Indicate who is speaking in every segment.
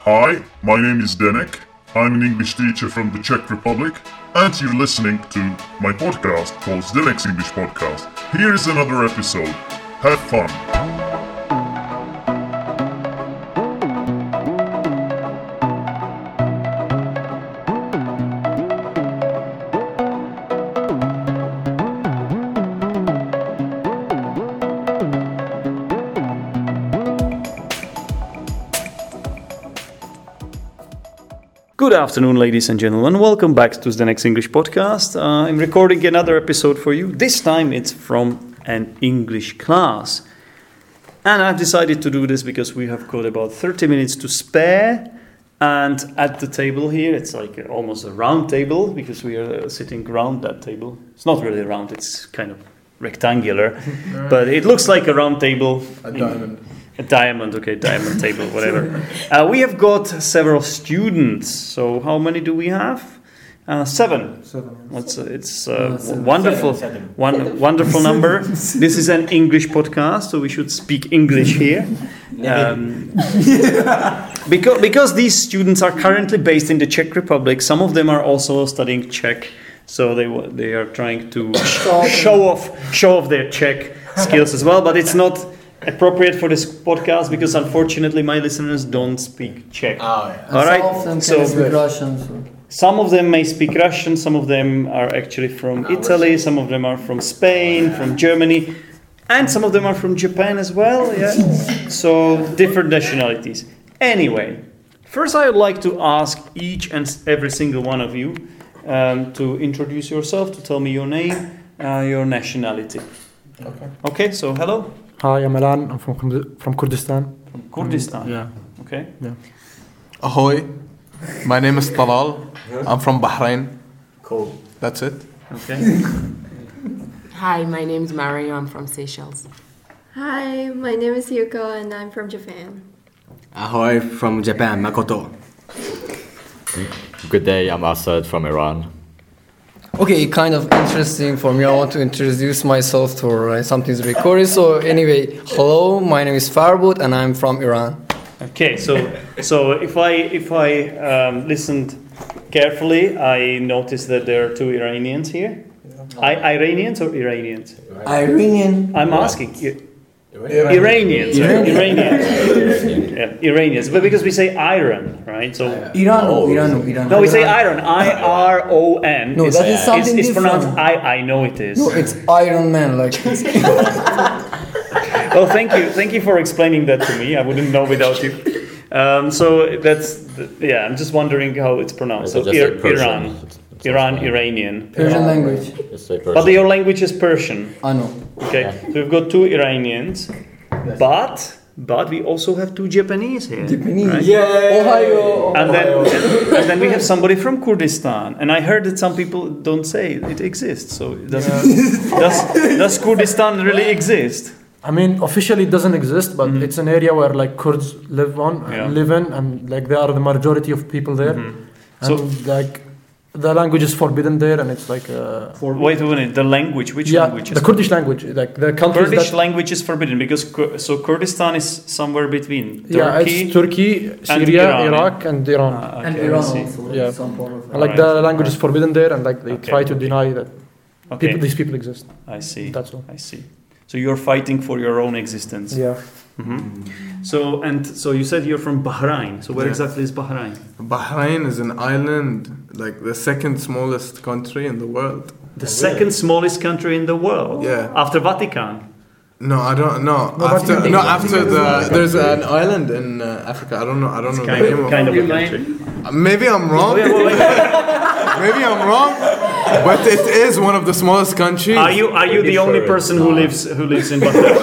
Speaker 1: Hi, my name is Denek. I'm an English teacher from the Czech Republic, and you're listening to my podcast called Denek's English Podcast. Here is another episode. Have fun.
Speaker 2: Good afternoon, ladies and gentlemen. Welcome back to the next English podcast. Uh, I'm recording another episode for you. This time it's from an English class. And I've decided to do this because we have got about 30 minutes to spare. And at the table here, it's like uh, almost a round table because we are uh, sitting round that table. It's not really round, it's kind of rectangular, but it looks like a round table.
Speaker 3: A
Speaker 2: in-
Speaker 3: diamond.
Speaker 2: a diamond, okay, diamond table, whatever. Uh, we have got several students. So how many do we have? Uh, seven.
Speaker 3: Seven.
Speaker 2: That's, uh, it's uh, wonderful, One, wonderful number. this is an English podcast, so we should speak English here. Um, because, because these students are currently based in the Czech Republic, some of them are also studying Czech, so they wa- they are trying to show off show off their Czech skills as well. But it's not appropriate for this podcast because unfortunately my listeners don't speak Czech.
Speaker 3: Oh, yeah.
Speaker 2: All right,
Speaker 4: Some of them
Speaker 2: so-
Speaker 4: can speak Russian. So.
Speaker 2: some of them may speak Russian, some of them are actually from Italy, some of them are from Spain, from Germany, and some of them are from Japan as well, yeah. So different nationalities. Anyway, first I would like to ask each and every single one of you um, to introduce yourself, to tell me your name, uh, your nationality.
Speaker 3: Okay.
Speaker 2: Okay, so hello,
Speaker 5: Hi, I'm Alan. I'm from Kurd- from Kurdistan.
Speaker 2: from Kurdistan.
Speaker 6: Yeah.
Speaker 2: Okay.
Speaker 6: Ahoy. My name is Talal. I'm from Bahrain.
Speaker 3: Cool.
Speaker 6: That's it.
Speaker 2: Okay.
Speaker 7: Hi, my name's Mario. I'm from Seychelles.
Speaker 8: Hi, my name is Yuko and I'm from Japan.
Speaker 3: Ahoy from Japan, Makoto.
Speaker 9: Good day, I'm Assad from Iran.
Speaker 4: Okay, kind of interesting for me. I want to introduce myself to uh, something's recorded. So anyway, hello, my name is Farbud and I'm from Iran.
Speaker 2: Okay, so so if I if I um, listened carefully, I noticed that there are two Iranians here. I, Iranians or Iranians?
Speaker 4: Iranian.
Speaker 2: I'm asking. I- Iranians. Iranians. Iranians. yeah, Iranians. But because we say iron, right? So
Speaker 4: Iran, Iran, Iran.
Speaker 2: no, we say iron. I R O N.
Speaker 4: No,
Speaker 2: It's-
Speaker 4: that is something
Speaker 2: It's, it's pronounced
Speaker 4: different.
Speaker 2: I. I know it is.
Speaker 4: No, it's Iron Man, like this.
Speaker 2: Oh, thank you, thank you for explaining that to me. I wouldn't know without you. Um, so that's yeah. I'm just wondering how it's pronounced. So
Speaker 9: It's just
Speaker 2: Ir-
Speaker 9: like Persian.
Speaker 2: Iran,
Speaker 9: It's- it's
Speaker 2: Iran,
Speaker 9: fine.
Speaker 2: Iranian.
Speaker 4: Persian language.
Speaker 9: Just a
Speaker 2: But
Speaker 9: person.
Speaker 2: your language is Persian.
Speaker 4: I know.
Speaker 2: Okay, so we've got two Iranians, but but we also have two Japanese here.
Speaker 4: Japanese.
Speaker 2: right?
Speaker 4: Ohio.
Speaker 2: And then, and then we have somebody from Kurdistan, and I heard that some people don't say it exists. So does, does does Kurdistan really exist?
Speaker 5: I mean, officially it doesn't exist, but it's an area where like Kurds live on,
Speaker 2: Mm-hmm.
Speaker 5: uh,
Speaker 2: Yeah. Mm-hmm.
Speaker 5: live in, and like they are the majority of people there.
Speaker 2: So-
Speaker 5: And like the language is forbidden there, and it's like uh,
Speaker 2: Wait a minute, the language. Which
Speaker 5: yeah,
Speaker 2: language?
Speaker 5: the Kurdish language, like the countries
Speaker 2: Kurdish
Speaker 5: that
Speaker 2: language is forbidden because Kur- so Kurdistan is somewhere between Turkey.
Speaker 5: yeah, it's Turkey, Syria,
Speaker 2: Iran.
Speaker 5: Iraq, and Iran.
Speaker 2: Ah,
Speaker 4: And
Speaker 2: okay, I
Speaker 4: Iran
Speaker 2: see.
Speaker 4: also.
Speaker 5: Yeah.
Speaker 4: Some part of
Speaker 5: and like
Speaker 2: Alright,
Speaker 5: the language is
Speaker 2: alright.
Speaker 5: forbidden there, and like they
Speaker 2: Okay,
Speaker 5: try to
Speaker 2: okay.
Speaker 5: deny that
Speaker 2: Okay,
Speaker 5: people, these people exist.
Speaker 2: I see.
Speaker 5: That's all.
Speaker 2: I see. So you're fighting for your own existence.
Speaker 5: Yeah,
Speaker 2: Mhm. So and so you said you're from Bahrain. So where
Speaker 6: Yeah.
Speaker 2: exactly is Bahrain?
Speaker 6: Bahrain is an island, like the second smallest country in the world.
Speaker 2: The second smallest country in the world.
Speaker 6: Yeah.
Speaker 2: After Vatican.
Speaker 6: No, I don't know.
Speaker 5: No, but
Speaker 6: after
Speaker 5: you-
Speaker 6: no, after the there's an island in uh, Africa. I don't know. I don't know the
Speaker 2: Kind
Speaker 6: name
Speaker 2: of,
Speaker 6: of.
Speaker 2: kind of a
Speaker 4: Remain.
Speaker 2: country.
Speaker 6: Uh, Maybe I'm wrong.
Speaker 2: Wait, wait, wait.
Speaker 6: Maybe I'm wrong. But it is one of the smallest countries.
Speaker 2: Are you are you the only
Speaker 9: Different.
Speaker 2: person who lives who lives in Bahrain?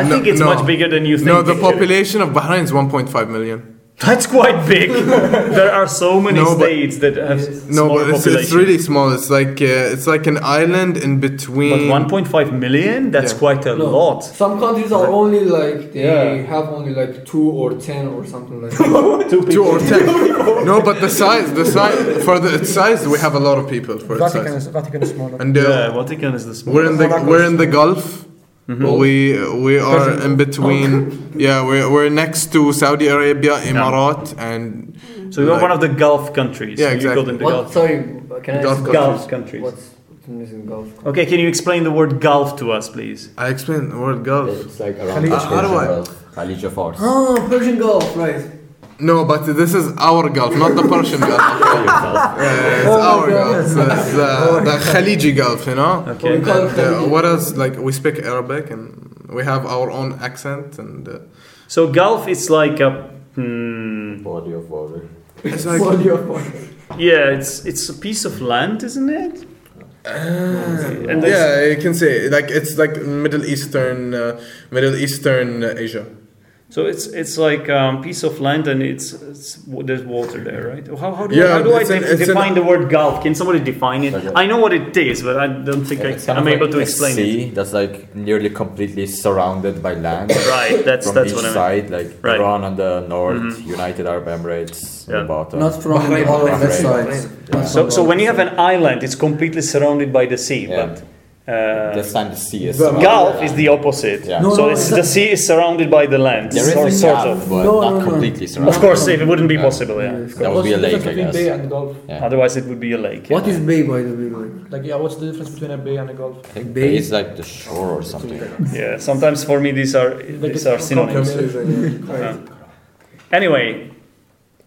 Speaker 2: I
Speaker 6: No,
Speaker 2: think it's
Speaker 6: no.
Speaker 2: much bigger than you think.
Speaker 6: No, the
Speaker 2: actually.
Speaker 6: population of Bahrain is 1.5 million.
Speaker 2: That's quite big. there are so many
Speaker 6: No, but-
Speaker 2: states that have
Speaker 6: No,
Speaker 2: smaller
Speaker 6: but it's,
Speaker 2: population.
Speaker 6: it's really small. It's like uh, it's like an island in
Speaker 2: But
Speaker 6: between.
Speaker 2: 1.5 million? That's
Speaker 6: Yeah.
Speaker 2: quite a
Speaker 4: No.
Speaker 2: lot.
Speaker 4: Some countries are only like they
Speaker 2: Yeah.
Speaker 4: have only like two or ten or something like that.
Speaker 6: two or ten. no, but the size, the size for the its size, we have a lot of people for its
Speaker 5: Vatican
Speaker 6: size.
Speaker 5: is Vatican is smaller.
Speaker 6: And uh,
Speaker 2: yeah, Vatican is the smallest.
Speaker 6: we're in the we're in the Gulf,
Speaker 2: Mm-hmm.
Speaker 6: We we are in between. yeah, we're, we're next to Saudi Arabia, Emirat, and
Speaker 2: So you're one of the Gulf countries.
Speaker 6: Yeah,
Speaker 2: You
Speaker 6: exactly.
Speaker 2: call them the
Speaker 4: What?
Speaker 2: Gulf.
Speaker 4: Sorry, can I
Speaker 6: Gulf
Speaker 4: ask
Speaker 6: countries.
Speaker 2: Gulf countries.
Speaker 4: What's missing Gulf?
Speaker 2: Okay, can you explain the word Gulf to us, please?
Speaker 6: I explained the word Gulf.
Speaker 9: It's like around
Speaker 5: Khalid-
Speaker 9: the
Speaker 6: Uh, how do I-
Speaker 9: Khalid Force.
Speaker 4: Oh, Persian Gulf, right?
Speaker 6: No, but this is our Gulf, not the Persian Gulf. It's our Gulf. It's, it's, uh, the Khaliji Gulf, you know.
Speaker 2: Okay.
Speaker 6: And, uh, what else? Like we speak Arabic and we have our own accent and uh,
Speaker 2: So Gulf is like a hmm,
Speaker 9: Body of water.
Speaker 6: it's like
Speaker 2: yeah, it's it's a piece of land, isn't it? and there's-
Speaker 6: uh, yeah, you can say like it's like Middle Eastern, uh, Middle Eastern uh, Asia.
Speaker 2: So it's it's like a um, piece of land and it's, it's w- there's water there, right? How, how do, I,
Speaker 6: Yeah,
Speaker 2: how do I
Speaker 6: it's an-
Speaker 2: de-
Speaker 6: it's an-
Speaker 2: define the word Gulf? Can somebody define it?
Speaker 9: Okay.
Speaker 2: I know what it is, but I don't think I
Speaker 9: It's
Speaker 2: can,
Speaker 9: kind
Speaker 2: I'm
Speaker 9: of
Speaker 2: able
Speaker 9: like
Speaker 2: to
Speaker 9: a
Speaker 2: explain it.
Speaker 9: sea That's like nearly completely surrounded by land.
Speaker 2: Right, that's
Speaker 9: From
Speaker 2: that's
Speaker 9: each
Speaker 2: what I mean.
Speaker 9: side, like
Speaker 2: Right. Mm-hmm.
Speaker 9: Iran on the north, United Arab Emirates on
Speaker 2: Yeah.
Speaker 9: the bottom.
Speaker 4: Not from all of that sides. Not
Speaker 2: So,
Speaker 4: from
Speaker 2: so
Speaker 4: all
Speaker 2: when you have
Speaker 4: sides.
Speaker 2: an island, it's completely surrounded by the sea,
Speaker 9: Yeah.
Speaker 2: but uh,
Speaker 9: this time the sea is.
Speaker 6: The
Speaker 9: surrounded
Speaker 2: Gulf
Speaker 9: by
Speaker 2: is
Speaker 9: land.
Speaker 2: the opposite.
Speaker 9: Yeah.
Speaker 4: No,
Speaker 2: so
Speaker 4: no,
Speaker 2: it's,
Speaker 4: no.
Speaker 2: the sea is surrounded by the land,
Speaker 9: There is
Speaker 2: sort,
Speaker 9: a
Speaker 2: sort
Speaker 9: gap,
Speaker 2: of.
Speaker 9: but
Speaker 4: No,
Speaker 9: not
Speaker 4: no, no.
Speaker 9: completely surrounded.
Speaker 2: Of course, if it wouldn't be possible, yeah. of
Speaker 9: That
Speaker 2: course.
Speaker 9: would be a
Speaker 5: What's the
Speaker 9: lake, I
Speaker 5: difference between
Speaker 9: guess.
Speaker 5: bay and Gulf?
Speaker 9: Yeah.
Speaker 2: Otherwise, it would be a lake.
Speaker 4: What is bay by the way? like?
Speaker 5: Like, yeah, what's the difference between a bay and a Gulf?
Speaker 9: I think
Speaker 4: Bay-
Speaker 9: It's like the shore or something.
Speaker 2: Yeah, sometimes for me these are these are synonyms. Anyway,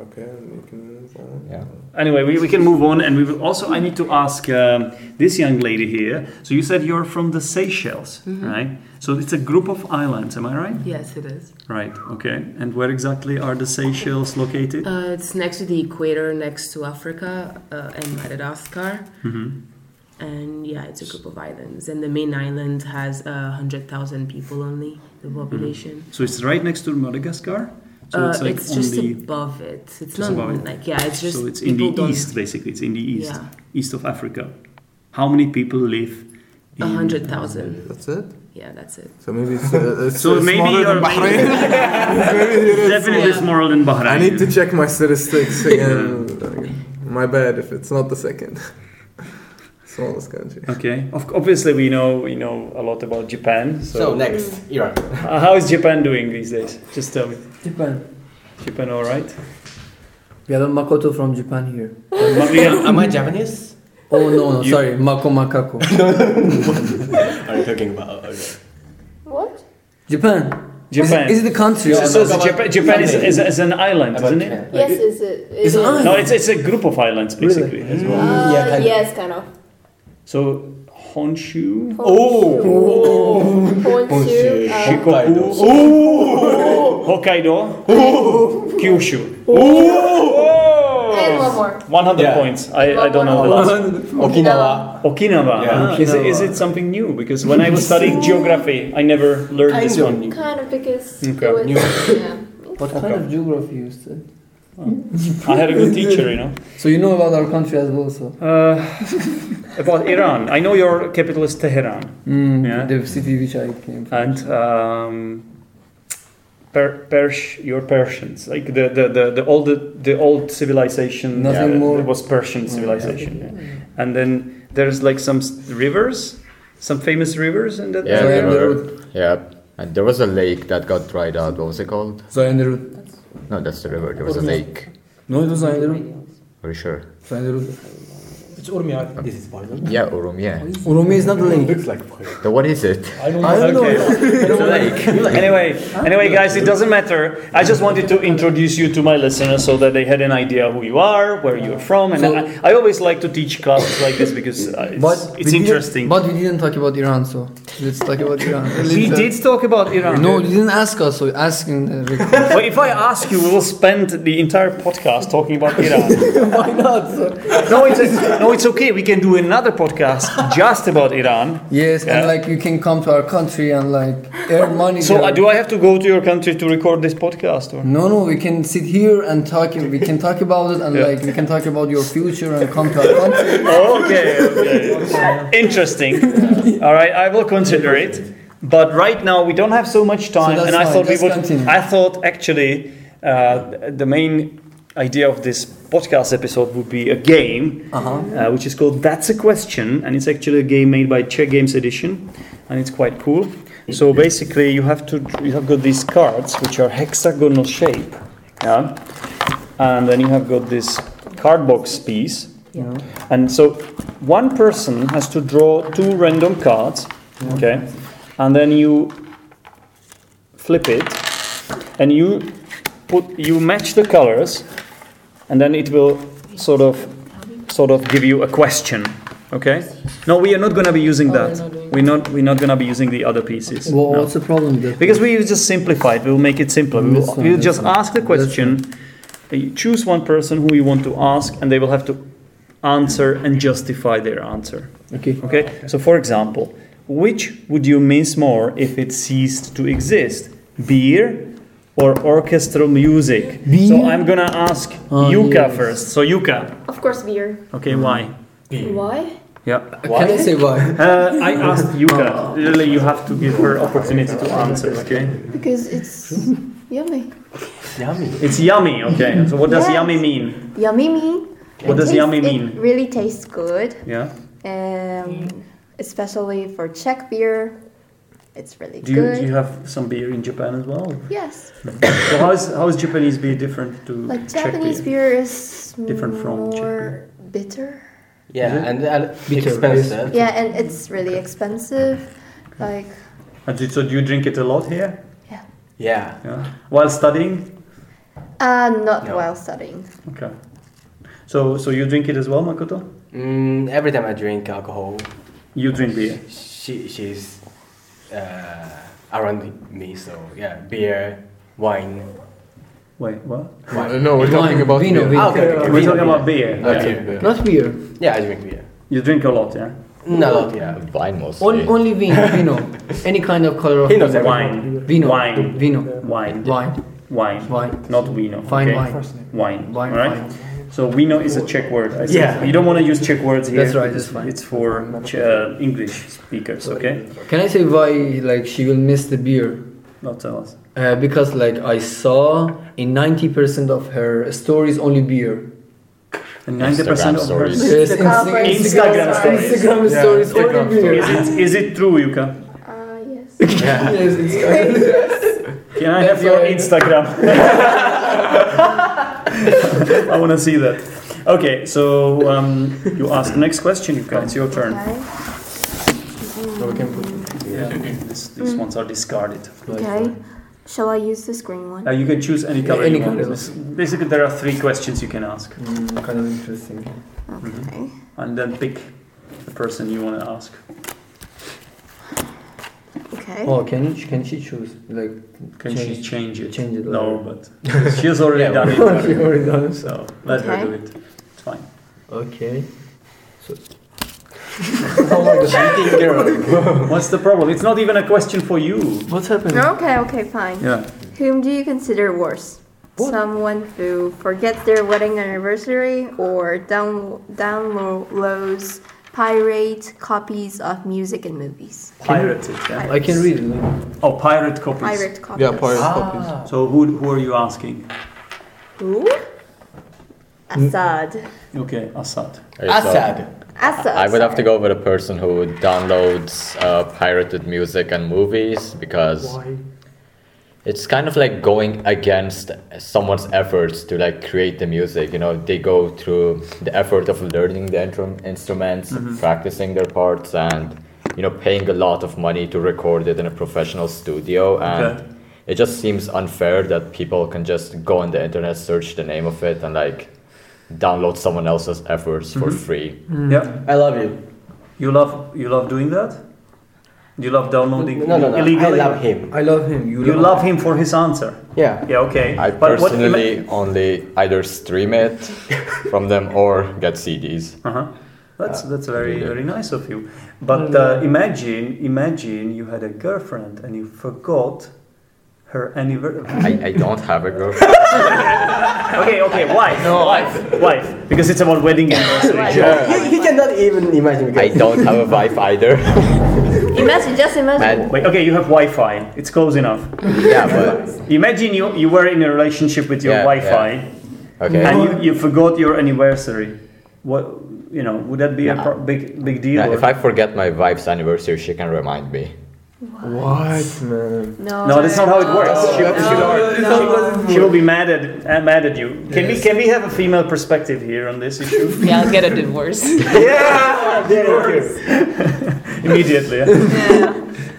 Speaker 6: Okay, you can move on.
Speaker 9: Yeah.
Speaker 2: anyway, we, we can move on, and we will also. I need to ask um, this young lady here. So you said you're from the Seychelles, right? So it's a group of islands, am I right?
Speaker 7: Yes, it is.
Speaker 2: Right. Okay. And where exactly are the Seychelles located?
Speaker 7: Uh, it's next to the equator, next to Africa uh, and Madagascar.
Speaker 2: Mm-hmm.
Speaker 7: And yeah, it's a group of islands. And the main island has uh, 100,000 people only, the population.
Speaker 2: So it's right next to Madagascar. Mm-hmm. So
Speaker 7: uh,
Speaker 2: it's like
Speaker 7: it's
Speaker 2: on
Speaker 7: just
Speaker 2: the
Speaker 7: above it. It's
Speaker 2: just
Speaker 7: not
Speaker 2: above it.
Speaker 7: like, yeah, it's just.
Speaker 2: so it's in
Speaker 7: people
Speaker 2: the
Speaker 7: don't-
Speaker 2: east, basically. It's in the east,
Speaker 7: Yeah.
Speaker 2: east of Africa. How many people live?
Speaker 7: A
Speaker 2: in-
Speaker 7: 100,000.
Speaker 6: That's it.
Speaker 7: Yeah, that's it.
Speaker 6: So maybe it's, uh, it's
Speaker 2: So
Speaker 6: uh,
Speaker 2: maybe
Speaker 6: smaller than
Speaker 2: you're-
Speaker 6: Bahrain.
Speaker 2: Definitely smaller than Bahrain.
Speaker 6: I need to check my statistics again. my bad if it's not the second smallest country.
Speaker 2: Okay. Of, obviously, we know we know a lot about Japan. So,
Speaker 9: next, Iran.
Speaker 2: Uh, how is Japan doing these days? Just tell me.
Speaker 4: Japan.
Speaker 2: Japan, all right?
Speaker 4: We have a Makoto from Japan here.
Speaker 2: But we are-
Speaker 3: I Japanese?
Speaker 4: Oh no, no,
Speaker 2: You-
Speaker 4: sorry, Mako Makako.
Speaker 3: Are you talking about? Okay.
Speaker 8: What?
Speaker 4: Japan.
Speaker 2: Japan.
Speaker 4: Is it, is it the country?
Speaker 2: so so the Japan, Japan is, is, is an island, isn't it?
Speaker 8: Yes, is it? Is
Speaker 4: It's
Speaker 8: it?
Speaker 4: on.
Speaker 2: No, it's, it's a group of islands basically as well.
Speaker 8: Uh,
Speaker 3: Yeah, kind of.
Speaker 8: yes, kind of.
Speaker 2: So Honshu,
Speaker 8: Oh! Honshu. uh,
Speaker 2: Shikoku, Hokkaido, Kyushu.
Speaker 8: and one more.
Speaker 2: 100
Speaker 3: Yeah.
Speaker 2: points. I, I don't know the last.
Speaker 3: Okinawa.
Speaker 2: Okinawa.
Speaker 3: Yeah.
Speaker 2: huh? Is, it- is it something new? Because when I was studying geography, I never learned this
Speaker 3: Kind of
Speaker 2: one.
Speaker 3: new.
Speaker 8: Kind of because
Speaker 2: Okay.
Speaker 8: it was, yeah.
Speaker 4: What kind of geography you study?
Speaker 2: I had a good teacher, you know.
Speaker 4: So you know about our country as well, so.
Speaker 2: Uh, about Iran, I know your capital is Tehran,
Speaker 4: Mm,
Speaker 2: Yeah.
Speaker 4: The city which I came from.
Speaker 2: and um, per- Pers- you're Persians, like the the, the, the old the old civilization.
Speaker 4: Nothing
Speaker 2: uh,
Speaker 4: more.
Speaker 2: It was Persian civilization, yeah. and then there's like some s- rivers, some famous rivers in that.
Speaker 9: Yeah,
Speaker 4: Sorry,
Speaker 9: there
Speaker 4: I'm the
Speaker 9: were, yeah. And there was a lake that got dried out. What was it called?
Speaker 4: Zaynderud.
Speaker 9: No, that's the river. There was a lake.
Speaker 4: No, it was Zaynderud.
Speaker 9: Are you sure?
Speaker 4: Zaynderud.
Speaker 5: It's Urmia.
Speaker 3: This is Bahrain.
Speaker 9: Yeah, Oromia.
Speaker 4: Urumi is not the link.
Speaker 3: Looks like Bahrain.
Speaker 9: Then what is it?
Speaker 5: I don't
Speaker 4: I don't know.
Speaker 2: anyway, anyway, guys, it doesn't matter. I just wanted to introduce you to my listeners so that they had an idea who you are, where you're from, and
Speaker 4: So-
Speaker 2: I, I always like to teach classes like this because uh, it's,
Speaker 4: But
Speaker 2: it's
Speaker 4: we didn't-
Speaker 2: interesting.
Speaker 4: But we didn't talk about Iran, so let's talk about Iran. uh,
Speaker 2: we did talk about Iran.
Speaker 4: No, you didn't ask us, so asking the record.
Speaker 2: But if I ask you, we will spend the entire podcast talking about Iran.
Speaker 4: Why not? So?
Speaker 2: no, it's no, it's okay. We can do another podcast just about Iran.
Speaker 4: Yes,
Speaker 2: Yeah.
Speaker 4: and like you can come to our country and like earn money.
Speaker 2: So,
Speaker 4: there.
Speaker 2: uh, do I have to go to your country to record this podcast? Or?
Speaker 4: No, no, we can sit here and talk. We can talk about it, and
Speaker 2: Yeah.
Speaker 4: like we can talk about your future and come to our country.
Speaker 2: okay, okay. Interesting. All right, I will consider it. But right now we don't have so much time,
Speaker 4: that's
Speaker 2: and I
Speaker 4: fine,
Speaker 2: thought we
Speaker 4: let's
Speaker 2: would.
Speaker 4: continue.
Speaker 2: I thought actually uh, the main idea of this podcast episode would be a game,
Speaker 4: Uh-huh.
Speaker 2: uh, which is called "That's a Question," and it's actually a game made by Czech Games Edition, and it's quite cool. So basically, you have to you have got these cards which are hexagonal shape, yeah, and then you have got this card box piece, yeah. and so one person has to draw two random cards, okay, and then you flip it, and you put you match the colors, and then it will sort of sort of give you a question. Okay. No, we are not going to be using that. Oh, we're not. We're not going to be using the other pieces.
Speaker 10: Well,
Speaker 2: no.
Speaker 10: what's the problem there?
Speaker 2: Because we will just simplify it. We'll make it simpler. We'll,
Speaker 10: That's fine,
Speaker 2: we'll
Speaker 10: that's
Speaker 2: just
Speaker 10: fine.
Speaker 2: ask the question. You choose one person who you want to ask, and they will have to answer and justify their answer.
Speaker 10: Okay.
Speaker 2: Okay. So, for example, which would you miss more if it ceased to exist? Beer or orchestral music? So
Speaker 10: Beer?
Speaker 2: I'm gonna ask
Speaker 10: Oh,
Speaker 2: Yuka
Speaker 10: yes. Mm-hmm.
Speaker 2: first. So Yuka.
Speaker 8: Of course, beer.
Speaker 2: Okay. Why?
Speaker 8: Why?
Speaker 2: Yeah.
Speaker 4: Can I say why?
Speaker 2: Uh, I asked Yuka. Really, you have to give her opportunity to answer. Okay.
Speaker 8: Because it's yummy.
Speaker 2: It's yummy. Okay. So what does
Speaker 8: Yes.
Speaker 2: yummy mean?
Speaker 8: Yummy mean?
Speaker 2: What does
Speaker 8: It tastes-
Speaker 2: yummy
Speaker 8: It
Speaker 2: mean?
Speaker 8: really tastes good,
Speaker 2: Yeah.
Speaker 8: um, especially for Czech beer. It's really
Speaker 2: Do you,
Speaker 8: good.
Speaker 2: do you have some beer in Japan as well?
Speaker 8: yes,
Speaker 2: So how is how is Japanese beer different to
Speaker 8: like
Speaker 2: Czech
Speaker 8: Japanese
Speaker 2: beer?
Speaker 8: beer is
Speaker 2: Different from
Speaker 8: more
Speaker 2: Czech beer.
Speaker 8: bitter.
Speaker 3: Yeah, and uh,
Speaker 10: Bitter.
Speaker 3: expensive.
Speaker 8: Yeah, and it's really expensive. Like
Speaker 2: And do- so do you drink it a lot here?
Speaker 3: Yeah.
Speaker 2: Yeah. While studying?
Speaker 8: Uh, not
Speaker 3: No.
Speaker 8: while studying.
Speaker 2: Okay. So so you drink it as well, Makoto?
Speaker 3: Mm, every time I drink alcohol,
Speaker 2: You drink beer.
Speaker 3: she she's uh, around me. So yeah, beer, wine.
Speaker 2: Wait, what?
Speaker 6: No, we're talking
Speaker 10: Wine,
Speaker 6: about
Speaker 10: vino,
Speaker 6: beer.
Speaker 10: vino.
Speaker 3: Ah, okay, okay.
Speaker 2: We're talking about beer.
Speaker 3: Okay.
Speaker 2: Yeah.
Speaker 3: beer.
Speaker 10: Not beer.
Speaker 3: Yeah, I drink beer.
Speaker 2: You drink a lot, yeah?
Speaker 3: Not a lot, yeah.
Speaker 9: Wine
Speaker 10: On,
Speaker 9: mostly.
Speaker 10: only vino. Vino. Any kind of color of
Speaker 3: He knows
Speaker 10: vino.
Speaker 2: Wine.
Speaker 10: Vino.
Speaker 2: Wine.
Speaker 10: Vino.
Speaker 2: Wine.
Speaker 10: Wine.
Speaker 2: Wine.
Speaker 10: Wine.
Speaker 2: Not vino.
Speaker 10: Fine
Speaker 2: okay?
Speaker 10: wine.
Speaker 2: Wine.
Speaker 10: Wine,
Speaker 2: all right? So vino is a Czech word. I see.
Speaker 3: Yeah.
Speaker 2: You don't want to use Czech words here.
Speaker 10: That's right, that's
Speaker 2: It's,
Speaker 10: fine.
Speaker 2: it's for Ch- uh, English speakers, okay?
Speaker 10: Can I say why like she will miss the beer?
Speaker 2: Not tell us.
Speaker 10: Uh, because like I saw in 90% of her stories only beer.
Speaker 2: And 90% of her...
Speaker 9: stories.
Speaker 2: Is
Speaker 10: Yes,
Speaker 7: Instagram
Speaker 2: Instagram stories.
Speaker 10: Instagram stories only beer.
Speaker 2: it, is it true, Yuka?
Speaker 8: Uh, yes.
Speaker 10: Yes, Instagram.
Speaker 2: Can I have
Speaker 10: That's
Speaker 2: your
Speaker 10: right.
Speaker 2: Instagram? I want to see that. Okay, so um, you ask the next question, Yuka. It's your turn.
Speaker 8: Okay.
Speaker 2: Yeah, this, these ones are discarded.
Speaker 8: Okay. Shall I use this green one?
Speaker 2: Uh, you can choose any color
Speaker 10: Any
Speaker 2: you want.
Speaker 10: color.
Speaker 2: Bas- Basically, there are three questions you can ask,
Speaker 10: Mm, kind of interesting.
Speaker 8: Okay.
Speaker 2: and then pick the person you want to ask.
Speaker 8: Okay.
Speaker 10: Oh, can you, can she choose like
Speaker 2: Can she
Speaker 10: Change-
Speaker 2: change it?
Speaker 10: change it
Speaker 2: No, but she has already
Speaker 3: Yeah,
Speaker 2: done
Speaker 10: she
Speaker 2: it.
Speaker 10: already done?
Speaker 2: So let her
Speaker 8: Okay.
Speaker 2: do it. It's fine.
Speaker 10: Okay. Oh
Speaker 2: What's the problem? It's not even a question for you.
Speaker 10: What's happening?
Speaker 8: Okay, okay, fine.
Speaker 2: Yeah.
Speaker 8: Whom do you consider worse? Someone who forgets their wedding anniversary or down downloads pirate copies of music and movies.
Speaker 2: Pirate it. Yeah.
Speaker 10: I can read it. no?
Speaker 2: Oh, pirate copies.
Speaker 8: Pirate copies.
Speaker 6: Yeah, pirate copies.
Speaker 2: So who, who are you asking?
Speaker 8: Who? Assad.
Speaker 2: Okay, Assad.
Speaker 9: Okay, so
Speaker 8: Assad.
Speaker 9: I would have to go with a person who downloads uh, pirated music and movies because it's kind of like going against someone's efforts to like create the music. You know, they go through the effort of learning the intrum- instruments, practicing their parts, and you know, paying a lot of money to record it in a professional studio. And
Speaker 2: Okay.
Speaker 9: it just seems unfair that people can just go on the internet, search the name of it, and like download someone else's efforts for free.
Speaker 2: Mm-hmm. Yeah.
Speaker 3: I love you.
Speaker 2: You love you love doing that. You love downloading
Speaker 3: No, no, no. I
Speaker 2: illegally.
Speaker 3: love him.
Speaker 10: I love him. You,
Speaker 2: You love him for his answer.
Speaker 3: Yeah.
Speaker 2: Yeah, okay.
Speaker 9: I personally only either stream it from them or get CDs.
Speaker 2: uh That's that's very
Speaker 9: yeah.
Speaker 2: very nice of you. But uh, imagine imagine you had a girlfriend and you forgot her anniversary.
Speaker 9: I, I don't have a girlfriend.
Speaker 2: okay, okay, wife, wife, wife, because it's about wedding anniversary.
Speaker 3: You, you cannot even imagine
Speaker 9: I
Speaker 3: because
Speaker 9: don't have a wife either.
Speaker 8: Imagine, just imagine.
Speaker 9: And
Speaker 2: Wait, okay, you have Wi-Fi. It's close enough.
Speaker 9: yeah, but
Speaker 2: Imagine you you were in a relationship with your
Speaker 9: Yeah,
Speaker 2: Wi-Fi
Speaker 9: okay.
Speaker 2: and you, you forgot your anniversary. What you know? Would that be a pro- big big deal?
Speaker 9: Yeah,
Speaker 2: or-
Speaker 9: if I forget my wife's anniversary, she can remind me.
Speaker 5: What, man?
Speaker 8: No,
Speaker 2: No, that's not how it works.
Speaker 9: Oh.
Speaker 2: She,
Speaker 6: that's
Speaker 2: she-
Speaker 6: not-
Speaker 2: she-
Speaker 6: that's not how it
Speaker 2: she will be mad at uh, mad at you. Can we can we have a female perspective here on this issue?
Speaker 11: Yeah, I'll get a divorce.
Speaker 2: yeah, there you go. Immediately.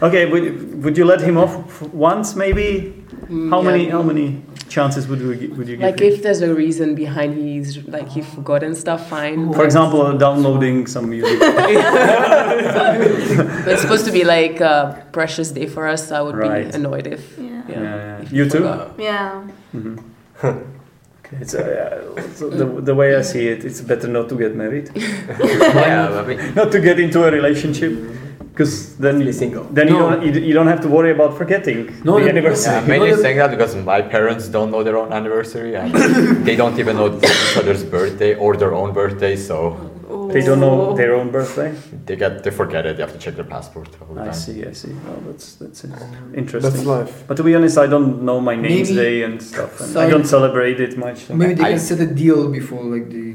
Speaker 2: Okay, would would you let him off f- once maybe? How many how many chances would you gi- would you give?
Speaker 7: Like
Speaker 2: him?
Speaker 7: if there's a reason behind he's like he forgot and stuff, fine.
Speaker 2: For example, uh, downloading some music.
Speaker 11: It's supposed to be like a precious day for us, so I would
Speaker 2: Right.
Speaker 11: be annoyed if.
Speaker 8: Yeah.
Speaker 2: Yeah, yeah.
Speaker 11: if
Speaker 2: You too? Mm-hmm.
Speaker 11: forgot.
Speaker 8: Yeah.
Speaker 2: It's, uh, uh, so the, the way I see it, it's better not to get married,
Speaker 9: yeah, but we-
Speaker 2: not to get into a relationship, because then
Speaker 3: Be single.
Speaker 2: then you
Speaker 5: No.
Speaker 2: don't you, you don't have to worry about forgetting
Speaker 5: No,
Speaker 2: the
Speaker 5: no,
Speaker 2: anniversary.
Speaker 9: Yeah, mainly saying that because my parents don't know their own anniversary and they don't even know each other's birthday or their own birthday, so
Speaker 2: They don't know their own birthday.
Speaker 9: they get they forget it. They have to check their passport all the
Speaker 2: I
Speaker 9: time.
Speaker 2: see, I see. Well, that's that's it. interesting.
Speaker 6: That's life.
Speaker 2: But to be honest, I don't know my name's
Speaker 10: Maybe-
Speaker 2: day and stuff, and I
Speaker 10: Sorry.
Speaker 2: don't celebrate it much. so-
Speaker 10: Maybe they
Speaker 9: I-
Speaker 10: can set a deal before like they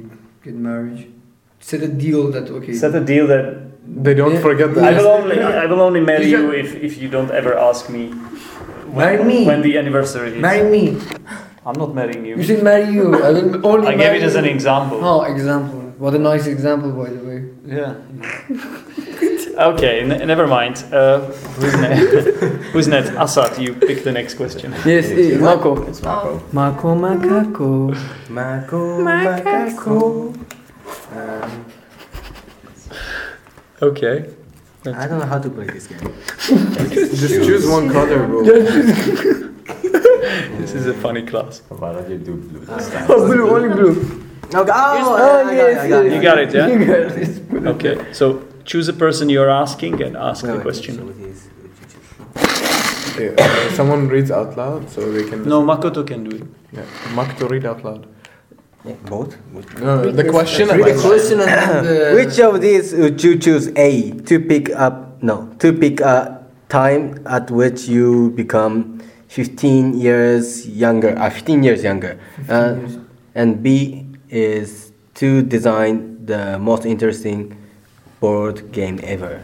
Speaker 10: get married. Set a deal that okay.
Speaker 2: Is that a deal that
Speaker 6: They don't
Speaker 10: Yeah.
Speaker 6: forget
Speaker 2: I
Speaker 6: that.
Speaker 2: will only I will only marry
Speaker 10: You
Speaker 2: you if, if you don't ever ask me
Speaker 10: marry me.
Speaker 2: when the anniversary is.
Speaker 10: marry me.
Speaker 2: I'm not marrying you.
Speaker 10: You should marry you. I will only.
Speaker 2: I gave
Speaker 10: marry
Speaker 2: it as an
Speaker 10: you.
Speaker 2: example.
Speaker 10: Oh, example. What a nice example, by the way.
Speaker 2: Yeah. okay, n- never mind. Uh, who's next? who's next? Assad, you pick the next question.
Speaker 10: Yes, eh, Marco.
Speaker 9: It's Marco.
Speaker 10: Marco Macaco.
Speaker 3: Macaco, macaco. Um,
Speaker 9: Okay.
Speaker 3: I don't know how to play this game.
Speaker 6: Just choose one color, bro.
Speaker 9: This is a funny class. Why don't you do blue this time?
Speaker 10: blue, only blue.
Speaker 3: No, oh, oh, yes,
Speaker 2: You got it, yeah? Okay, so choose a person you're asking and ask the question.
Speaker 6: Okay, uh, someone reads out loud so they can.
Speaker 2: No, Makoto can do it.
Speaker 6: Yeah. Mark to read out loud.
Speaker 3: Both?
Speaker 6: No, no, the question.
Speaker 10: Read the question and then
Speaker 3: Which of these would you choose A to pick up no to pick a time at which you become 15 years younger uh, 15 years younger uh, and B is to design the most interesting board game ever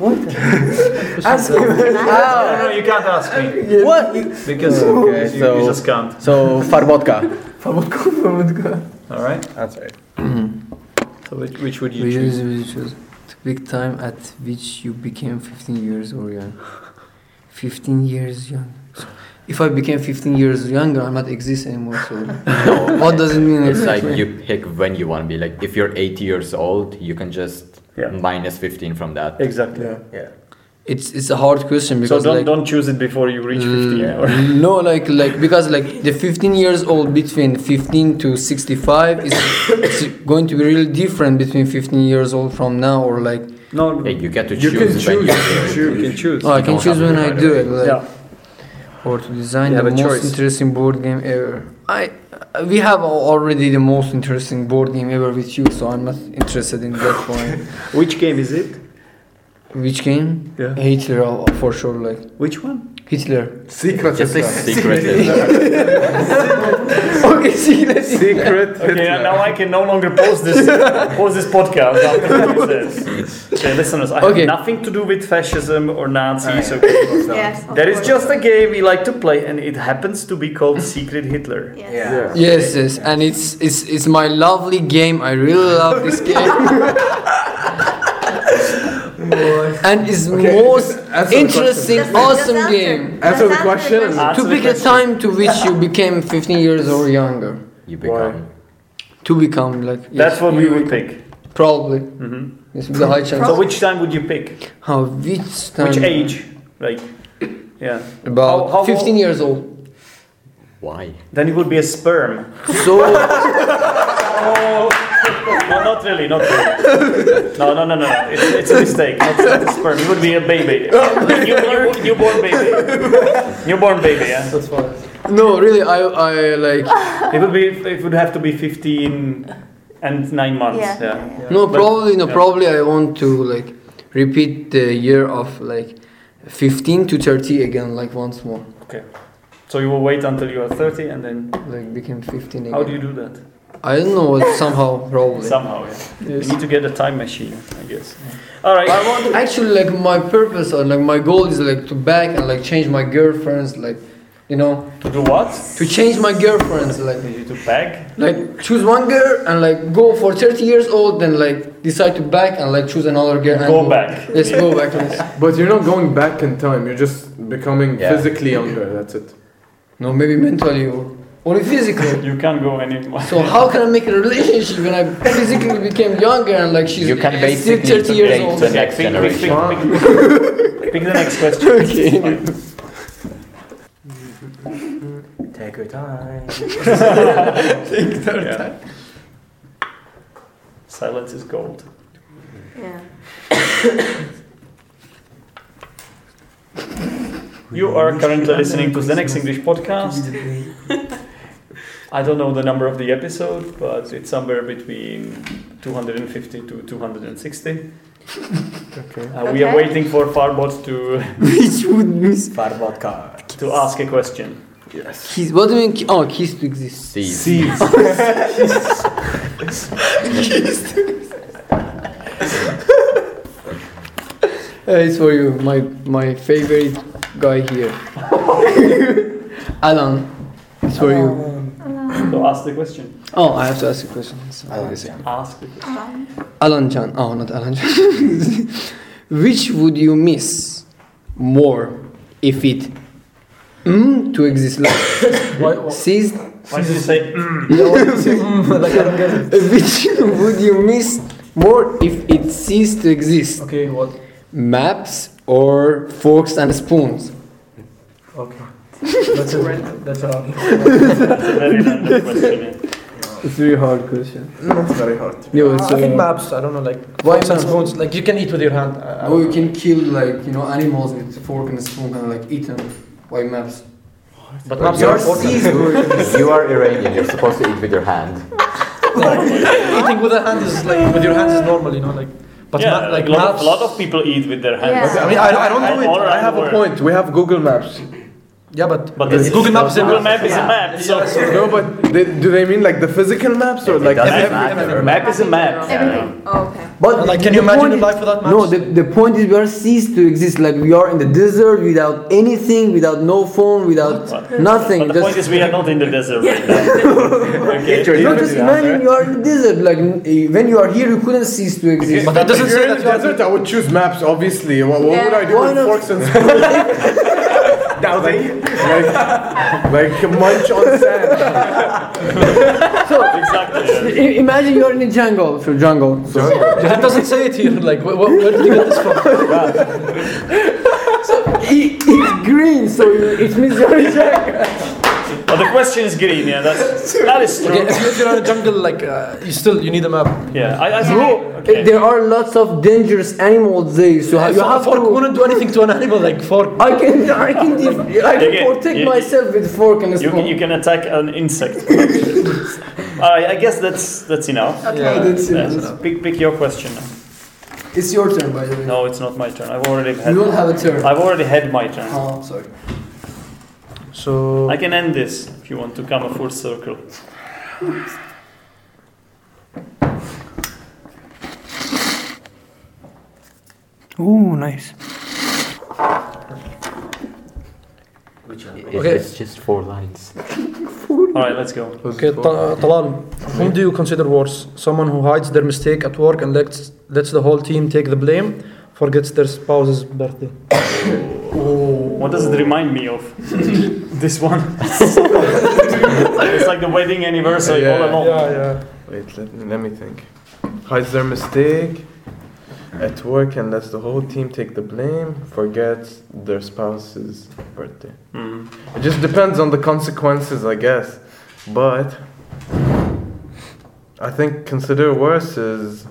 Speaker 2: Oh, No, no, you can't ask me.
Speaker 3: what You-
Speaker 2: Because
Speaker 3: Okay,
Speaker 2: you,
Speaker 3: so-
Speaker 2: you just can't.
Speaker 3: so farbotka
Speaker 2: Alright?
Speaker 3: answer it.
Speaker 2: So which, which would you
Speaker 4: We
Speaker 2: choose?
Speaker 4: usually choose the big time at which you became 15 years or young. 15 years young. So if I became 15 years younger, I'm not exist anymore. So what does it mean?
Speaker 9: It's like you pick when you want to be. Like if you're 80 years old, you can just
Speaker 2: Yeah.
Speaker 9: minus 15 from that.
Speaker 2: Exactly.
Speaker 6: Yeah.
Speaker 3: yeah
Speaker 4: it's it's a hard question
Speaker 2: So
Speaker 4: because
Speaker 2: don't,
Speaker 4: like,
Speaker 2: don't choose it before you reach 15 or
Speaker 4: L- no like like because like the 15 years old between 15 to 65 is it's going to be really different between 15 years old from now or like
Speaker 2: No,
Speaker 9: Yeah, you get to
Speaker 6: You
Speaker 9: choose.
Speaker 6: can
Speaker 9: When
Speaker 6: choose, you can
Speaker 9: you do
Speaker 2: you can choose.
Speaker 4: oh, I
Speaker 9: You
Speaker 4: can
Speaker 9: don't
Speaker 4: choose
Speaker 9: have
Speaker 4: when
Speaker 9: to do
Speaker 4: I
Speaker 9: it
Speaker 4: do
Speaker 9: right
Speaker 4: it like,
Speaker 2: Yeah.
Speaker 4: or to design
Speaker 2: You
Speaker 4: the
Speaker 2: have a
Speaker 4: most
Speaker 2: choice.
Speaker 4: interesting board game ever I uh, we have al- already the most interesting board game ever with you so I'm not interested in that point
Speaker 2: Which game is it?
Speaker 4: which game
Speaker 2: Yeah.
Speaker 4: Hitler uh, for sure like
Speaker 2: Which one?
Speaker 4: Hitler
Speaker 6: Secret
Speaker 9: Just like
Speaker 6: Hitler.
Speaker 9: secret. is-
Speaker 4: okay see let's
Speaker 6: Secret
Speaker 2: Okay,
Speaker 6: Hitler.
Speaker 2: now I can no longer post this post this podcast after what it says. Okay, listeners, I
Speaker 4: Okay.
Speaker 2: have nothing to do with fascism or Nazis.
Speaker 3: Ah,
Speaker 2: Okay.
Speaker 8: Yes. of
Speaker 2: That is
Speaker 8: course.
Speaker 2: just a game we like to play, and it happens to be called Secret Hitler.
Speaker 8: Yes.
Speaker 3: yeah
Speaker 4: Yes, yes, and it's it's it's my lovely game. I really love this game. and it's most
Speaker 6: answer the
Speaker 4: interesting,
Speaker 8: Just-
Speaker 4: awesome
Speaker 8: just answer.
Speaker 4: game.
Speaker 8: Just
Speaker 6: Answer the
Speaker 8: answer
Speaker 6: question.
Speaker 4: To pick a time to which you became 15 years or younger.
Speaker 9: you become.
Speaker 4: To become like yes,
Speaker 2: That's what we
Speaker 4: you
Speaker 2: would
Speaker 4: become.
Speaker 2: pick.
Speaker 4: Probably.
Speaker 2: Mm-hmm.
Speaker 4: Yes, with a high chance.
Speaker 2: So which time would you pick?
Speaker 4: How which time?
Speaker 2: Which age? Like, yeah.
Speaker 4: Um, About
Speaker 2: How- how
Speaker 4: 15
Speaker 2: old?
Speaker 4: years old.
Speaker 9: Why?
Speaker 2: Then it would be a sperm.
Speaker 4: So
Speaker 2: No, not really, not really. No, no, no, no. no. It's, it's a mistake. Not, not a sperm. It would be a baby. New, new, newborn baby. Newborn baby, yeah.
Speaker 4: no, really, I I like
Speaker 2: It would be. It would have to be fifteen and nine months. Yeah.
Speaker 8: Yeah.
Speaker 4: No,
Speaker 2: But-
Speaker 4: probably no.
Speaker 2: yeah.
Speaker 4: Probably I want to like repeat the year of like 15 to 30 again, like once more.
Speaker 2: Okay. So you will wait until you are thirty, and then
Speaker 4: Like became 15 again.
Speaker 2: how do you do that?
Speaker 4: I don't know. Well, somehow, probably.
Speaker 2: Somehow, yeah. You need to get a time machine, I guess. All right.
Speaker 4: I want actually like my purpose or like my goal is like to back and like change my girlfriends like, you know.
Speaker 2: To do what?
Speaker 4: To change my girlfriends like.
Speaker 2: To bag?
Speaker 4: Like choose one girl and like go for 30 years old, then like decide to back and like choose another girl. and
Speaker 2: Go back.
Speaker 4: Let's go back. Let's.
Speaker 6: But you're not going back in time. You're just becoming
Speaker 4: Yeah.
Speaker 6: physically younger. That's it.
Speaker 4: No, maybe mentally or only physical.
Speaker 2: You can't go anymore.
Speaker 4: So how can I make a relationship when I physically became younger and like she's
Speaker 9: You can
Speaker 4: still
Speaker 9: basically
Speaker 4: 30 years
Speaker 9: date
Speaker 4: old?
Speaker 9: the next generation.
Speaker 2: Pick the next question. Okay.
Speaker 3: Take your time.
Speaker 2: Take their time. Silence is gold.
Speaker 8: Yeah.
Speaker 2: You are currently listening to the next English podcast. I don't know the number of the episode, but it's somewhere between 250 to 260.
Speaker 6: Okay.
Speaker 2: Uh, We are
Speaker 6: Okay.
Speaker 2: waiting for Farbot to
Speaker 4: Which would miss
Speaker 3: Farbot card
Speaker 2: to ask a question.
Speaker 4: Yes. Keys. What do you mean? key- Oh, keys to exist.
Speaker 9: Seeds.
Speaker 2: Seeds.
Speaker 4: keys to exist. Hey, Uh, it's for you, my my favorite guy here, Alan. It's for you.
Speaker 2: So ask the question.
Speaker 4: Oh, I have to ask you a question. So-
Speaker 2: Ask the question.
Speaker 4: Alan John. Oh, not Alan John. Which would you miss more if it mm, to exist
Speaker 5: Why-
Speaker 4: like ceased?
Speaker 2: Why did you say mm?
Speaker 4: Which would you miss more if it ceased to exist?
Speaker 5: Okay, what?
Speaker 4: Maps or forks and spoons?
Speaker 5: Okay. That's a, that's
Speaker 2: That's
Speaker 5: a
Speaker 2: a very random question.
Speaker 4: It's very hard question.
Speaker 6: That's very hard.
Speaker 4: Yeah, it's,
Speaker 5: I think
Speaker 4: uh,
Speaker 5: maps. I don't know, like
Speaker 4: Why
Speaker 5: forks and
Speaker 4: maps? Oh,
Speaker 5: spoons. Like you can eat with your hand. I- I
Speaker 4: Or
Speaker 5: don't
Speaker 4: you can kill like you know animals with fork and spoon and like eat them by maps.
Speaker 2: But
Speaker 5: Maps
Speaker 4: You're
Speaker 5: are important.
Speaker 4: seized.
Speaker 9: you are Iranian. You're supposed to eat with your hand.
Speaker 5: Eating with a hand is like with your hands is normal, you know, like. But
Speaker 2: yeah,
Speaker 5: ma- like
Speaker 2: a, lot
Speaker 5: maps.
Speaker 2: of, lot of people eat with their hands.
Speaker 8: Yeah.
Speaker 6: I mean, I, I don't do
Speaker 2: All
Speaker 6: it.
Speaker 2: around
Speaker 6: I have
Speaker 2: the
Speaker 6: a
Speaker 2: world.
Speaker 6: point. We have Google Maps.
Speaker 5: yeah, but,
Speaker 2: But
Speaker 5: it's
Speaker 2: it's-
Speaker 5: Google Maps.
Speaker 2: Google Map is a map. So
Speaker 6: No, but they, do they mean like the physical maps or like
Speaker 9: doesn't
Speaker 6: every-
Speaker 9: matter.
Speaker 6: every-
Speaker 2: map is a map.
Speaker 8: Everything. Oh, okay.
Speaker 10: But
Speaker 5: Like, can
Speaker 10: the
Speaker 5: you imagine
Speaker 10: point
Speaker 5: a life without
Speaker 10: No,
Speaker 5: maps?
Speaker 10: the, the point is we are ceased to exist. Like we are in the desert without anything, without no phone, without
Speaker 2: But-
Speaker 10: nothing.
Speaker 2: But the
Speaker 10: just
Speaker 2: point is, we are not in the desert right now. Okay.
Speaker 10: no, just imagine you are in the desert. Like n- eh, when you are here, you couldn't cease to exist.
Speaker 5: But that doesn't
Speaker 6: If you're
Speaker 5: say
Speaker 6: in the
Speaker 5: that you are-
Speaker 6: desert, I would choose maps, obviously. What, what would I do
Speaker 10: Yeah. Why
Speaker 6: with
Speaker 10: not?
Speaker 6: forks and spoons? like, like munch on sand.
Speaker 2: Exactly. yeah.
Speaker 10: I- imagine you are in the jungle. So jungle. So
Speaker 5: That doesn't say it here. Like, wh- wh- where did you get this from?
Speaker 10: i- it's green. So you, it means you are in jungle.
Speaker 2: But the question is green. Yeah, that's that is
Speaker 5: Okay,
Speaker 2: true.
Speaker 5: if you- if you're in a jungle, like uh, you still you need a map.
Speaker 2: Yeah, I, I
Speaker 10: Bro,
Speaker 2: think. Okay.
Speaker 10: There are lots of dangerous animals there. So you
Speaker 5: So
Speaker 10: have
Speaker 5: a fork
Speaker 10: to.
Speaker 5: wouldn't do anything to an animal. Like fork.
Speaker 10: I can I can def- I
Speaker 2: Okay,
Speaker 10: can protect
Speaker 2: you-
Speaker 10: myself with fork and
Speaker 2: You
Speaker 10: spoon.
Speaker 2: can, you can attack an insect. Alright, I guess that's that's enough.
Speaker 10: Yeah, that's it.
Speaker 2: That's enough. Pick pick your question. now.
Speaker 10: It's your turn, by the way.
Speaker 2: No, it's not my turn. I've already
Speaker 10: You
Speaker 2: had.
Speaker 10: don't have a turn.
Speaker 2: I've already had my turn.
Speaker 10: Oh, sorry.
Speaker 5: So
Speaker 2: I can end this if you want to come a full circle.
Speaker 5: ooh, nice.
Speaker 9: It-
Speaker 5: Okay.
Speaker 9: It's just four lines.
Speaker 2: Alright, let's go.
Speaker 5: Okay, Ta- uh, Talal, whom do you consider worse? Someone who hides their mistake at work and lets lets the whole team take the blame, forgets their spouse's birthday.
Speaker 2: What does it remind me of? this one. it's like the wedding anniversary all
Speaker 6: Yeah.
Speaker 2: along.
Speaker 5: yeah.
Speaker 6: Wait, let, let me think. Hides their mistake at work and lets the whole team take the blame, forgets their spouse's birthday.
Speaker 2: Mm.
Speaker 6: It just depends on the consequences, I guess. But I think consider worse is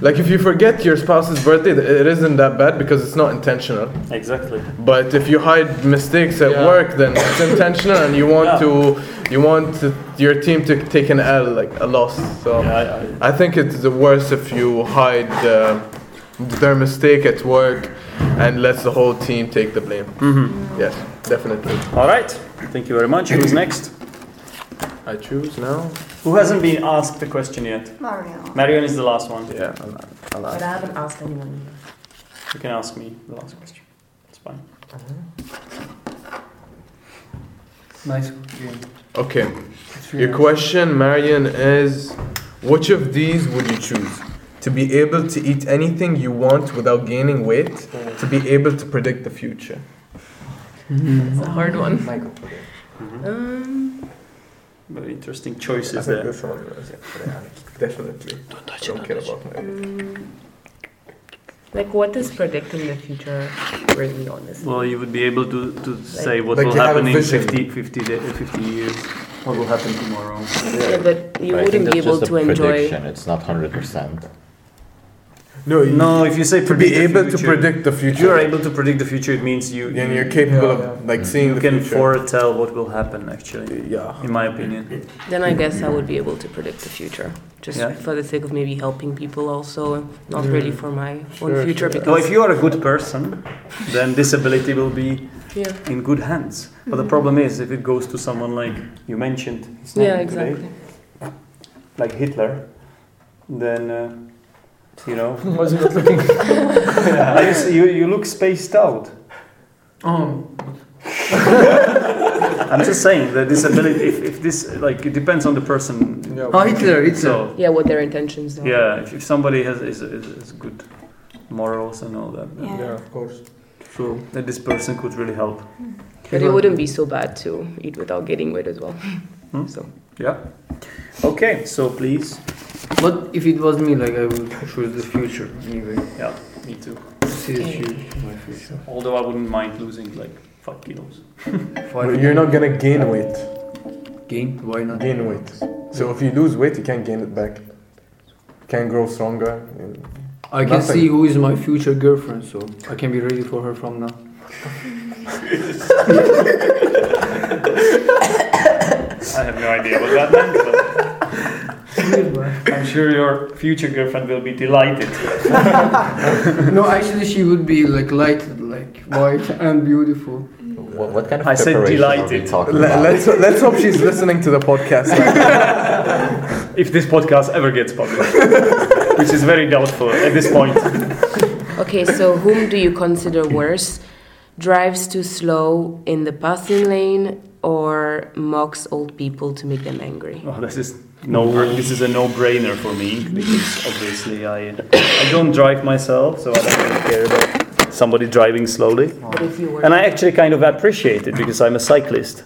Speaker 6: like if you forget your spouse's birthday, th- it isn't that bad because it's not intentional.
Speaker 2: Exactly.
Speaker 6: But if you hide mistakes at
Speaker 5: Yeah.
Speaker 6: work, then it's intentional, and you want
Speaker 2: Yeah.
Speaker 6: to you want to, your team to take an L, like a loss. So
Speaker 2: Yeah, I- I-
Speaker 6: I think it's the worst if you hide uh, their mistake at work and lets the whole team take the Mm-hmm. blame. Yes, definitely.
Speaker 2: All right. Thank you very much. Who's next?
Speaker 6: I choose now.
Speaker 2: Who hasn't been asked the question yet?
Speaker 8: Mario.
Speaker 2: Marion is the last one.
Speaker 6: Yeah, I'll, I'll
Speaker 7: But I
Speaker 6: ask.
Speaker 7: haven't asked anyone yet.
Speaker 2: You can ask me the last question. It's fine.
Speaker 4: Nice game.
Speaker 6: Okay.
Speaker 4: It's really
Speaker 6: Your
Speaker 4: nice.
Speaker 6: question, Marion, is which of these would you choose? To be able to eat anything you want without gaining weight, to be able to predict the future.
Speaker 11: It's a hard one.
Speaker 10: Michael.
Speaker 2: Mm-hmm.
Speaker 7: Um,
Speaker 2: Very interesting choices
Speaker 6: I think
Speaker 2: there.
Speaker 6: this one was it, yeah, definitely. Don't touch Don't care about my weight.
Speaker 7: mm, like, what is predicting the future really, honestly?
Speaker 2: Well, you would be able to, to say what
Speaker 6: Like
Speaker 2: will
Speaker 6: you have a
Speaker 2: happen in
Speaker 6: vision.
Speaker 2: 50, 50, da- uh, 50 years, what will happen tomorrow.
Speaker 7: yeah, but you
Speaker 9: But I think
Speaker 7: wouldn't
Speaker 9: that's
Speaker 7: be able
Speaker 9: just a
Speaker 7: to enjoy.
Speaker 9: prediction. It's not hundred percent.
Speaker 6: No, you,
Speaker 2: No, if you say
Speaker 6: to be
Speaker 2: predict the
Speaker 6: able to
Speaker 2: future,
Speaker 6: predict the
Speaker 2: if you are
Speaker 6: future,
Speaker 2: able to predict the future, it means you
Speaker 6: then you're capable of like seeing
Speaker 2: you
Speaker 6: the
Speaker 2: can
Speaker 6: future.
Speaker 2: foretell what will happen. Actually,
Speaker 6: yeah.
Speaker 2: in my opinion,
Speaker 7: Then I guess I would be able to predict the future, just
Speaker 2: Yeah. Mm.
Speaker 7: for the sake of maybe helping people. Also, not really for my
Speaker 6: Sure,
Speaker 7: own future
Speaker 6: sure.
Speaker 7: because.
Speaker 2: so Oh, if you are a good person, then this ability will be
Speaker 7: yeah.
Speaker 2: in good hands. But the
Speaker 7: Mm-hmm.
Speaker 2: problem is, if it goes to someone like you mentioned, his name
Speaker 7: Yeah,
Speaker 2: today,
Speaker 7: exactly.
Speaker 2: like Hitler, then uh, you know
Speaker 5: Was he not looking?
Speaker 2: you, s- you you look spaced out.
Speaker 4: Oh,
Speaker 2: I'm just saying the disability. If, if this like it depends on the person.
Speaker 5: Yeah.
Speaker 4: oh Hitler, Hitler.
Speaker 2: So
Speaker 7: Yeah, what their intentions are.
Speaker 2: yeah, if, if somebody has is, is, is good morals and all that, then
Speaker 8: Yeah.
Speaker 5: Yeah, of course.
Speaker 2: true that this person could really help.
Speaker 7: But it wouldn't be so bad to eat without getting weight as well.
Speaker 2: Hmm?
Speaker 7: So
Speaker 2: Yeah. Okay, so please.
Speaker 4: But if it was me, like I would choose the future anyway.
Speaker 2: Yeah, me too.
Speaker 4: See the future, my future.
Speaker 2: Although I wouldn't mind losing like five kilos.
Speaker 6: No,
Speaker 4: Five
Speaker 6: you're not gonna gain weight.
Speaker 4: gain. Why not?
Speaker 6: Gain weight. So if you lose weight, you can't gain it back. Can grow stronger. and-
Speaker 4: I can
Speaker 6: Nothing.
Speaker 4: see who is my future girlfriend, so I can be ready for her from now.
Speaker 2: I have no idea what that meant. But I'm sure your future girlfriend will be delighted.
Speaker 4: no, actually, she would be like lighted, like white and beautiful.
Speaker 9: What, what kind of
Speaker 2: I said
Speaker 9: preparation are we
Speaker 2: delighted.
Speaker 9: talking
Speaker 6: Le-
Speaker 9: about?
Speaker 6: Let's let's hope she's listening to the podcast.
Speaker 2: If this podcast ever gets published, which is very doubtful at this point.
Speaker 7: okay, so whom do you consider worse? Drives too slow in the passing lane or mocks old people to make them angry?
Speaker 2: Well, Oh, this is no. This is a no-brainer for me because obviously I I don't drive myself, so I don't really care about somebody driving slowly.
Speaker 7: But if you were
Speaker 2: And I actually kind of appreciate it because I'm a cyclist,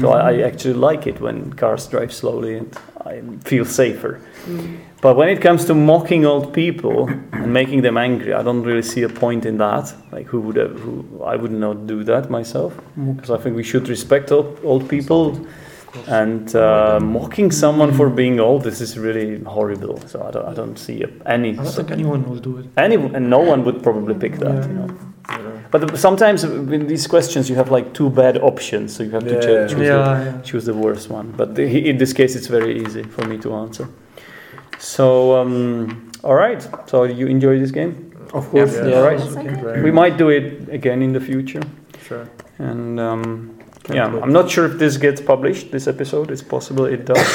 Speaker 2: so I, I actually like it when cars drive slowly and I feel safer. But when it comes to mocking old people and making them angry, I don't really see a point in that. Like who would have, who I would not do that myself
Speaker 5: Mm-hmm.
Speaker 2: because I think we should respect old, old people. And uh, mocking someone for being old, this is really horrible. So I don't, I don't see any.
Speaker 5: I don't think anyone will do it.
Speaker 2: Any and no one would probably pick that. you know. But sometimes with these questions, you have like two bad options, so you have to cho-
Speaker 6: Yeah.
Speaker 2: choose, The, choose the worst one. But the, in this case, it's very easy for me to answer. So, um, all right. So you enjoy this game?
Speaker 5: Of
Speaker 2: course. Yeah. All right.
Speaker 8: That's okay.
Speaker 2: We might do it again in the future.
Speaker 6: Sure.
Speaker 2: And um,
Speaker 6: Can't
Speaker 2: yeah,
Speaker 6: wait.
Speaker 2: I'm not sure if this gets published. This episode, it's possible it does.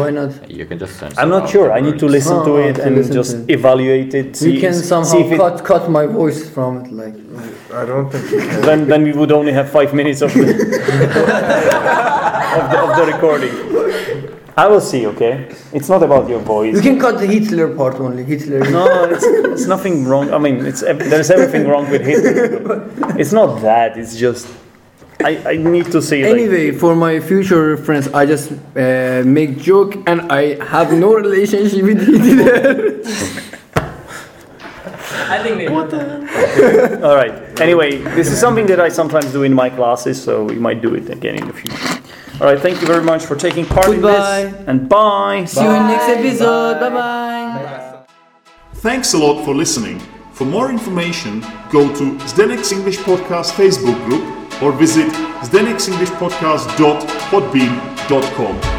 Speaker 4: Why not?
Speaker 9: You can just censor
Speaker 2: I'm not
Speaker 9: out
Speaker 2: sure.
Speaker 9: the
Speaker 2: I need to
Speaker 9: words.
Speaker 2: listen to
Speaker 4: Oh,
Speaker 2: it
Speaker 4: to
Speaker 2: and
Speaker 4: listen
Speaker 2: just
Speaker 4: to it.
Speaker 2: evaluate it. See,
Speaker 4: you can
Speaker 2: see
Speaker 4: somehow
Speaker 2: if it
Speaker 4: cut cut my voice from it, like.
Speaker 6: I don't think you can.
Speaker 2: then, then we would only have five minutes of the, of the, of the recording. I will see, okay? It's not about your
Speaker 4: You
Speaker 2: voice.
Speaker 4: can cut the Hitler part only. Hitler.
Speaker 2: No, it's, it's nothing wrong. I mean, it's ev- there's everything wrong with Hitler. It's not that, it's just. I, I need to see. Like,
Speaker 10: Anyway, for my future reference, I just uh, make joke and I have no relationship with Hitler.
Speaker 11: I think they what the
Speaker 2: all right. Anyway, this is something that I sometimes do in my classes, so we might do it again in the future. All right, thank you very much for taking part in
Speaker 4: Goodbye.
Speaker 2: this. And bye.
Speaker 4: See you in next episode. Bye bye.
Speaker 1: Thanks a lot for listening. For more information, go to Zdenek's English Podcast Facebook group or visit zdenek'senglishpodcast.podbean.com.